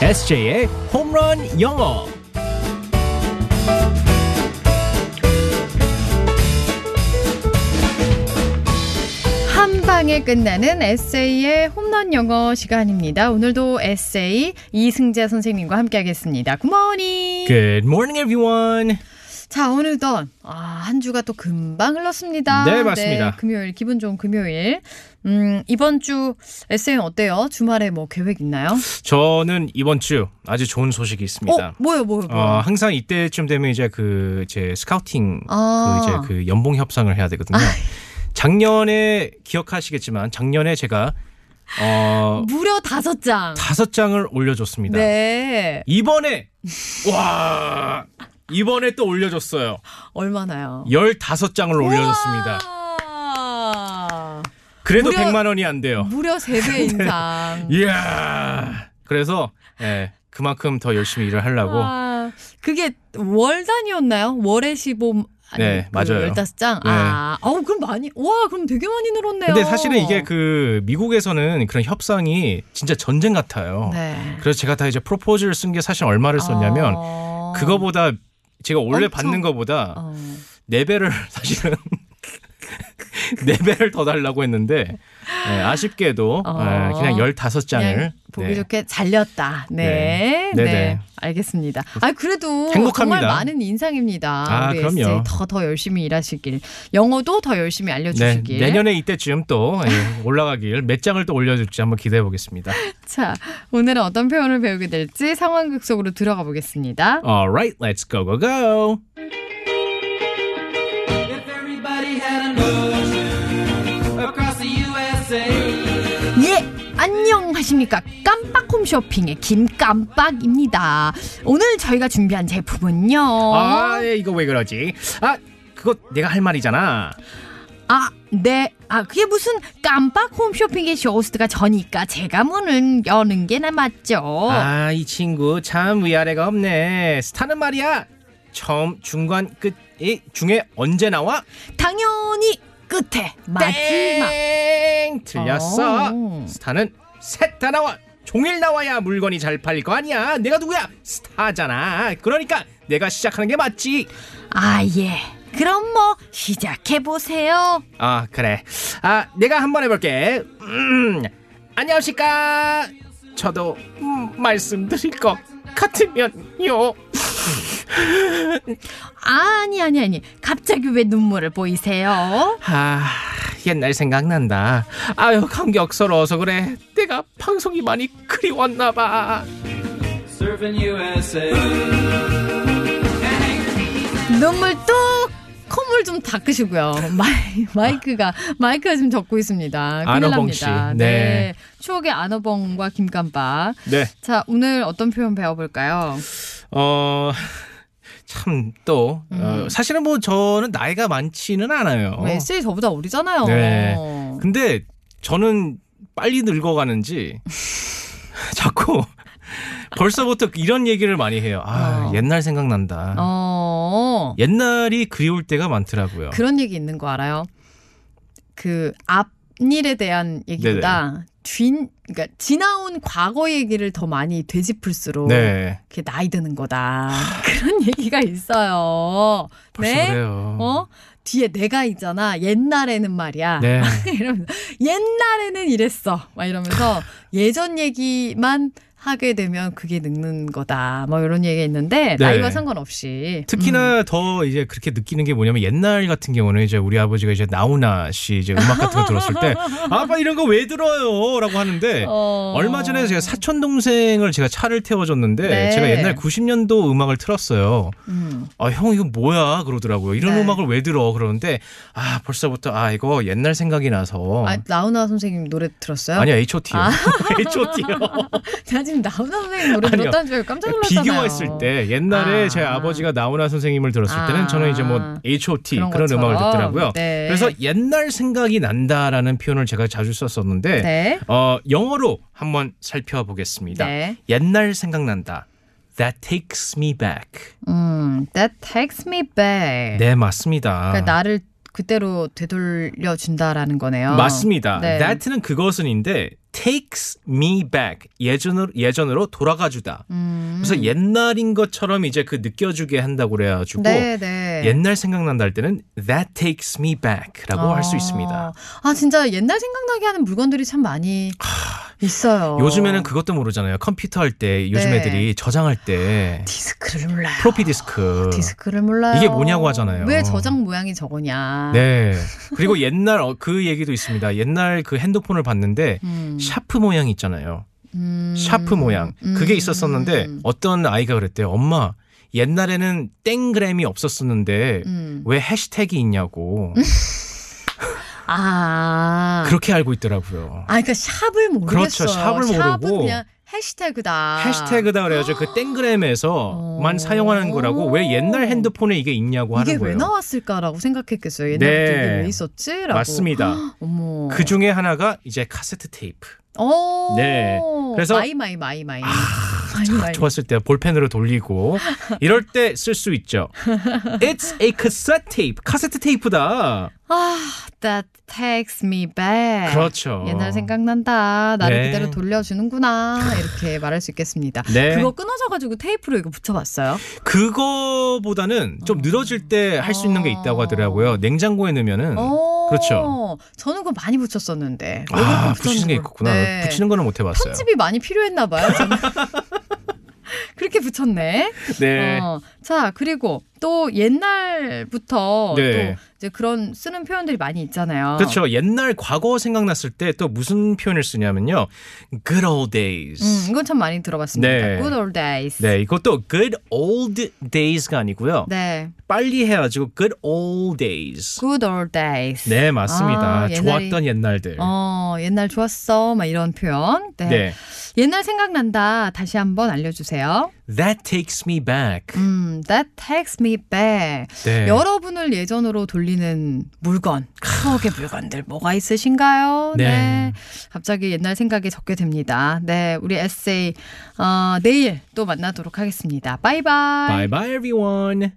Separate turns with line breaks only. SJ의 홈런 영어.
한 방에 끝나는 에세이의 홈런 영어 시간입니다. 오늘도 에세이 이승재 선생님과 함께하겠습니다. 굿모닝.
Good morning, everyone.
자 오늘도 아, 한 주가 또 금방 흘렀습니다.
네, 맞습니다.
금요일 기분 좋은 금요일. 음 이번 주 에세이는 어때요? 주말에 뭐 계획 있나요?
저는 이번 주 아주 좋은 소식이
어
있습니다.
뭐요 뭐요
어,
뭐요.
항상 이때쯤 되면 이제 그, 제 스카우팅,
아.
그 이제 그 연봉 협상을 해야 되거든요. 작년에 기억하시겠지만, 작년에 제가, 어,
무려 다섯 장.
다섯 장을 올려줬습니다.
네
이번에, 와, 이번에 또 올려줬어요.
얼마나요?
15장을 올려줬습니다.
우와.
그래도
무려-
100만 원이 안 돼요.
무려 세 배
네.
인상.
이야. 그래서 예, 그만큼 더 열심히 일을 하려고.
아, 그게 월 단위였나요? 월에 15 아니,
네,
그
맞아요.
15장.
네.
아, 어우 그럼 많이 와, 그럼 되게 많이 늘었네요.
근데 사실은 이게 그 미국에서는 그런 협상이 진짜 전쟁 같아요.
네.
그래서 제가 다 이제 프로포즈를 쓴 게 사실 얼마를 어, 썼냐면
어.
그거보다 제가 원래
엄청-
받는 거보다
어.
네 배를 사실은 네 배를 더 달라고 했는데 예, 아쉽게도
어.
예, 그냥 1 5
그냥
장을
보기 좋게 잘렸다. 네.
네.
네.
네네.
알겠습니다. 아, 그래도
행복합니다.
정말 많은 인상입니다.
아,
우리
그럼요.
SJ 더, 더 열심히 일하시길. 영어도 더 열심히
네,
알려주시길.
내년에 이때쯤 또 예, 올라가길 몇 장을 또 올려줄지 한번 기대해 보겠습니다.
자, 오늘은 어떤 표현을 배우게 될지 상황극 속으로 들어가 보겠습니다.
All right, let's go, go, go.
If everybody had an ocean across the USA,
예, 안녕하십니까. 깜빡 홈쇼핑의 김깜빡입니다. 오늘 저희가 준비한 제품은요.
아, 예, 이거 왜 그러지? 아, 그거 내가 할 말이잖아.
아, 네. 아, 그게 무슨 깜빡 홈쇼핑의 쇼호스트가 저니까 제가 문을 여는 게 나 맞죠.
아, 이 친구 참 위아래가 없네. 스타는 말이야. 처음, 중간, 끝, 이 중에 언제 나와?
당연히
네.
끝에 마지막.
땡! 틀렸어.
어.
스타는 셋 다 나와. 종일 나와야 물건이 잘 팔릴 거 아니야. 내가 누구야? 스타잖아. 그러니까 내가 시작하는 게 맞지.
아, 예. 그럼 뭐 시작해 보세요.
아 그래 아 내가 한번 해볼게 음 안녕하십니까 저도 음, 말씀드릴 것 같으면요
아니 아니 아니. 갑자기 왜 눈물을 보이세요?
아 옛날 생각난다 아유 감격스러워서 그래 내가 방송이 많이 그리웠나 봐
serving USA.
눈물 뚝 콧물 좀 닦으시고요. 마이, 마이크가 마이크가 지금 젖고 있습니다. 큰일
안어봉
납니다.
씨, 네.
네. 추억의 안어봉과 김깜박. 자, 오늘 어떤 표현 배워볼까요?
네 어, 참 또 사실은 뭐 저는 나이가 많지는 않아요
왜 에세이 저보다 어리잖아요.
어. 네. 근데 저는 빨리 늙어가는지 자꾸 벌써부터 이런 얘기를 많이 해요. 아
어.
옛날 생각난다.
어,
옛날이 그리울 때가 많더라고요.
그런 얘기 있는 거 알아요? 그 앞일에 대한
네,
얘기보다 뒷, 그러니까 지나온 과거 얘기를 더 많이 되짚을수록
네.
그게 나이 드는 거다. 그런 얘기가 있어요.
벌써 그래요.
어? 뒤에 내가 있잖아. 옛날에는 말이야.
네.
이러면서 옛날에는 이랬어. 막 이러면서 예전 얘기만 하게 되면 그게 늙는 거다. 뭐 이런 얘기가
네.
있는데 나이와 상관없이
특히나
음.
더 이제 그렇게 느끼는 게 뭐냐면 옛날 같은 경우는 이제 우리 아버지가 이제 나훈아 씨 이제 음악 같은 거 들었을 때 아빠 이런 거 왜 들어요라고 하는데
어.
얼마 전에 제가 사촌 동생을 제가 차를 태워줬는데
네.
제가 옛날 90년도 음악을 틀었어요.
음.
아, 형, 이거 뭐야? 그러더라고요. 이런
네.
음악을 왜 들어? 그러는데, 아, 벌써부터, 아, 이거 옛날 생각이 나서.
아, 나훈아 선생님 노래 들었어요?
어. 아니야, H.O.T.요.
아.
H.O.T.요.
나 지금 나훈아 선생님 노래
아니요.
들었다는 줄 알고 깜짝 놀랐잖아요.
비교했을 때, 옛날에
아.
제 아버지가 나훈아 선생님을 들었을 때는
아.
저는 이제 뭐 H.O.T. 그런,
것처럼.
음악을 듣더라고요.
네.
그래서 옛날 생각이 난다라는 표현을 제가 자주 썼었는데,
네.
어, 영어로 한번 살펴보겠습니다.
네.
옛날 생각난다. That takes me back.
음, that takes me back.
네, 맞습니다.
그러니까 나를 그때로 되돌려 준다라는 거네요.
맞습니다.
네.
that는 그것은인데 takes me back 예전으로 예전으로 돌아가주다.
음.
그래서 옛날인 것처럼 이제 그 느껴주게 한다고 그래가지고
네, 네.
옛날 생각난다 할 때는 that takes me back라고 할 수
아.
있습니다.
아, 진짜 옛날 생각나게 하는 물건들이 참 많이 있어요.
아, 요즘에는 그것도 모르잖아요. 컴퓨터 할 때 요즘
네.
애들이 저장할 때
디스크를 몰라요.
프로피 디스크.
디스크를 몰라요.
이게 뭐냐고 하잖아요.
왜 저장 모양이 저거냐.
네. 그리고 옛날 어, 그 얘기도 있습니다. 옛날 그 핸드폰을 봤는데
음,
샤프 모양 있잖아요.
음,
샤프 모양. 그게
음,
있었었는데
음,
어떤 아이가 그랬대요. 엄마, 옛날에는 땡그램이 없었었는데
음.
왜 해시태기 있냐고.
아.
그렇게 알고 있더라고요.
아, 그러니까 샵을 모르겠어요.
그렇죠, 샵을 모르고.
은 그냥 해시태그다.
해시태그다 그래가지고 그 땡그램에서만
아. 어.
사용하는 거라고 왜 옛날 핸드폰에 이게 있냐고 하는
이게 왜
거예요.
나왔을까라고 생각했겠어요. 옛날부터
네.
이게 왜 있었지라고.
맞습니다.
어머.
그 중에 하나가 이제 카세트 테이프.
오.
네. 그래서- 아,
마이 마이 마이 마이. 마이 마이.
좋았을 때 볼펜으로 돌리고 이럴 때 쓸 수 있죠. It's a cassette tape. 카세트 테이프다.
아, that takes me back.
그렇죠.
네. 옛날 생각난다. 나를
네.
그대로 돌려주는구나. 이렇게 말할 수 있겠습니다.
네.
그거 끊어져가지고 테이프로 이거 붙여봤어요.
그거보다는 좀 늘어질 때 할 수 있는 게 있다고
어.
하더라고요. 냉장고에 넣으면은
오,
음, 그렇죠.
저는 그거 많이 붙였었는데.
아 붙이는 게 있구나.
네.
붙이는 거는 못 해봤어요.
편집이 많이 필요했나 봐요. 저는. 그렇게 붙였네.
네.
어, 자 그리고 또 옛날부터
네.
또 이제 그런 쓰는 표현들이 많이 있잖아요.
그렇죠. 옛날 과거 생각났을 때 또 무슨 표현을 쓰냐면요. Good old
음,
days.
이건 참 많이 들어봤습니다.
네.
Good old days.
네, 이것도 good old days가 아니고요.
네.
빨리 해가지고 good old days.
Good old days.
네, 맞습니다.
그 아, 옛날이-
좋았던 옛날들.
어, 옛날 좋았어. 막 이런 표현. 네.
네.
옛날 생각난다. 다시 한번 알려주세요.
That takes me back.
음, that takes me back.
네.
여러분을 예전으로 돌리는 물건, 추억의 물건들 뭐가 있으신가요?
네.
갑자기 옛날 생각이 적게 됩니다. 네, 우리 에세이 어, 내일 또 만나도록 하겠습니다. 바이바이.
Bye bye everyone.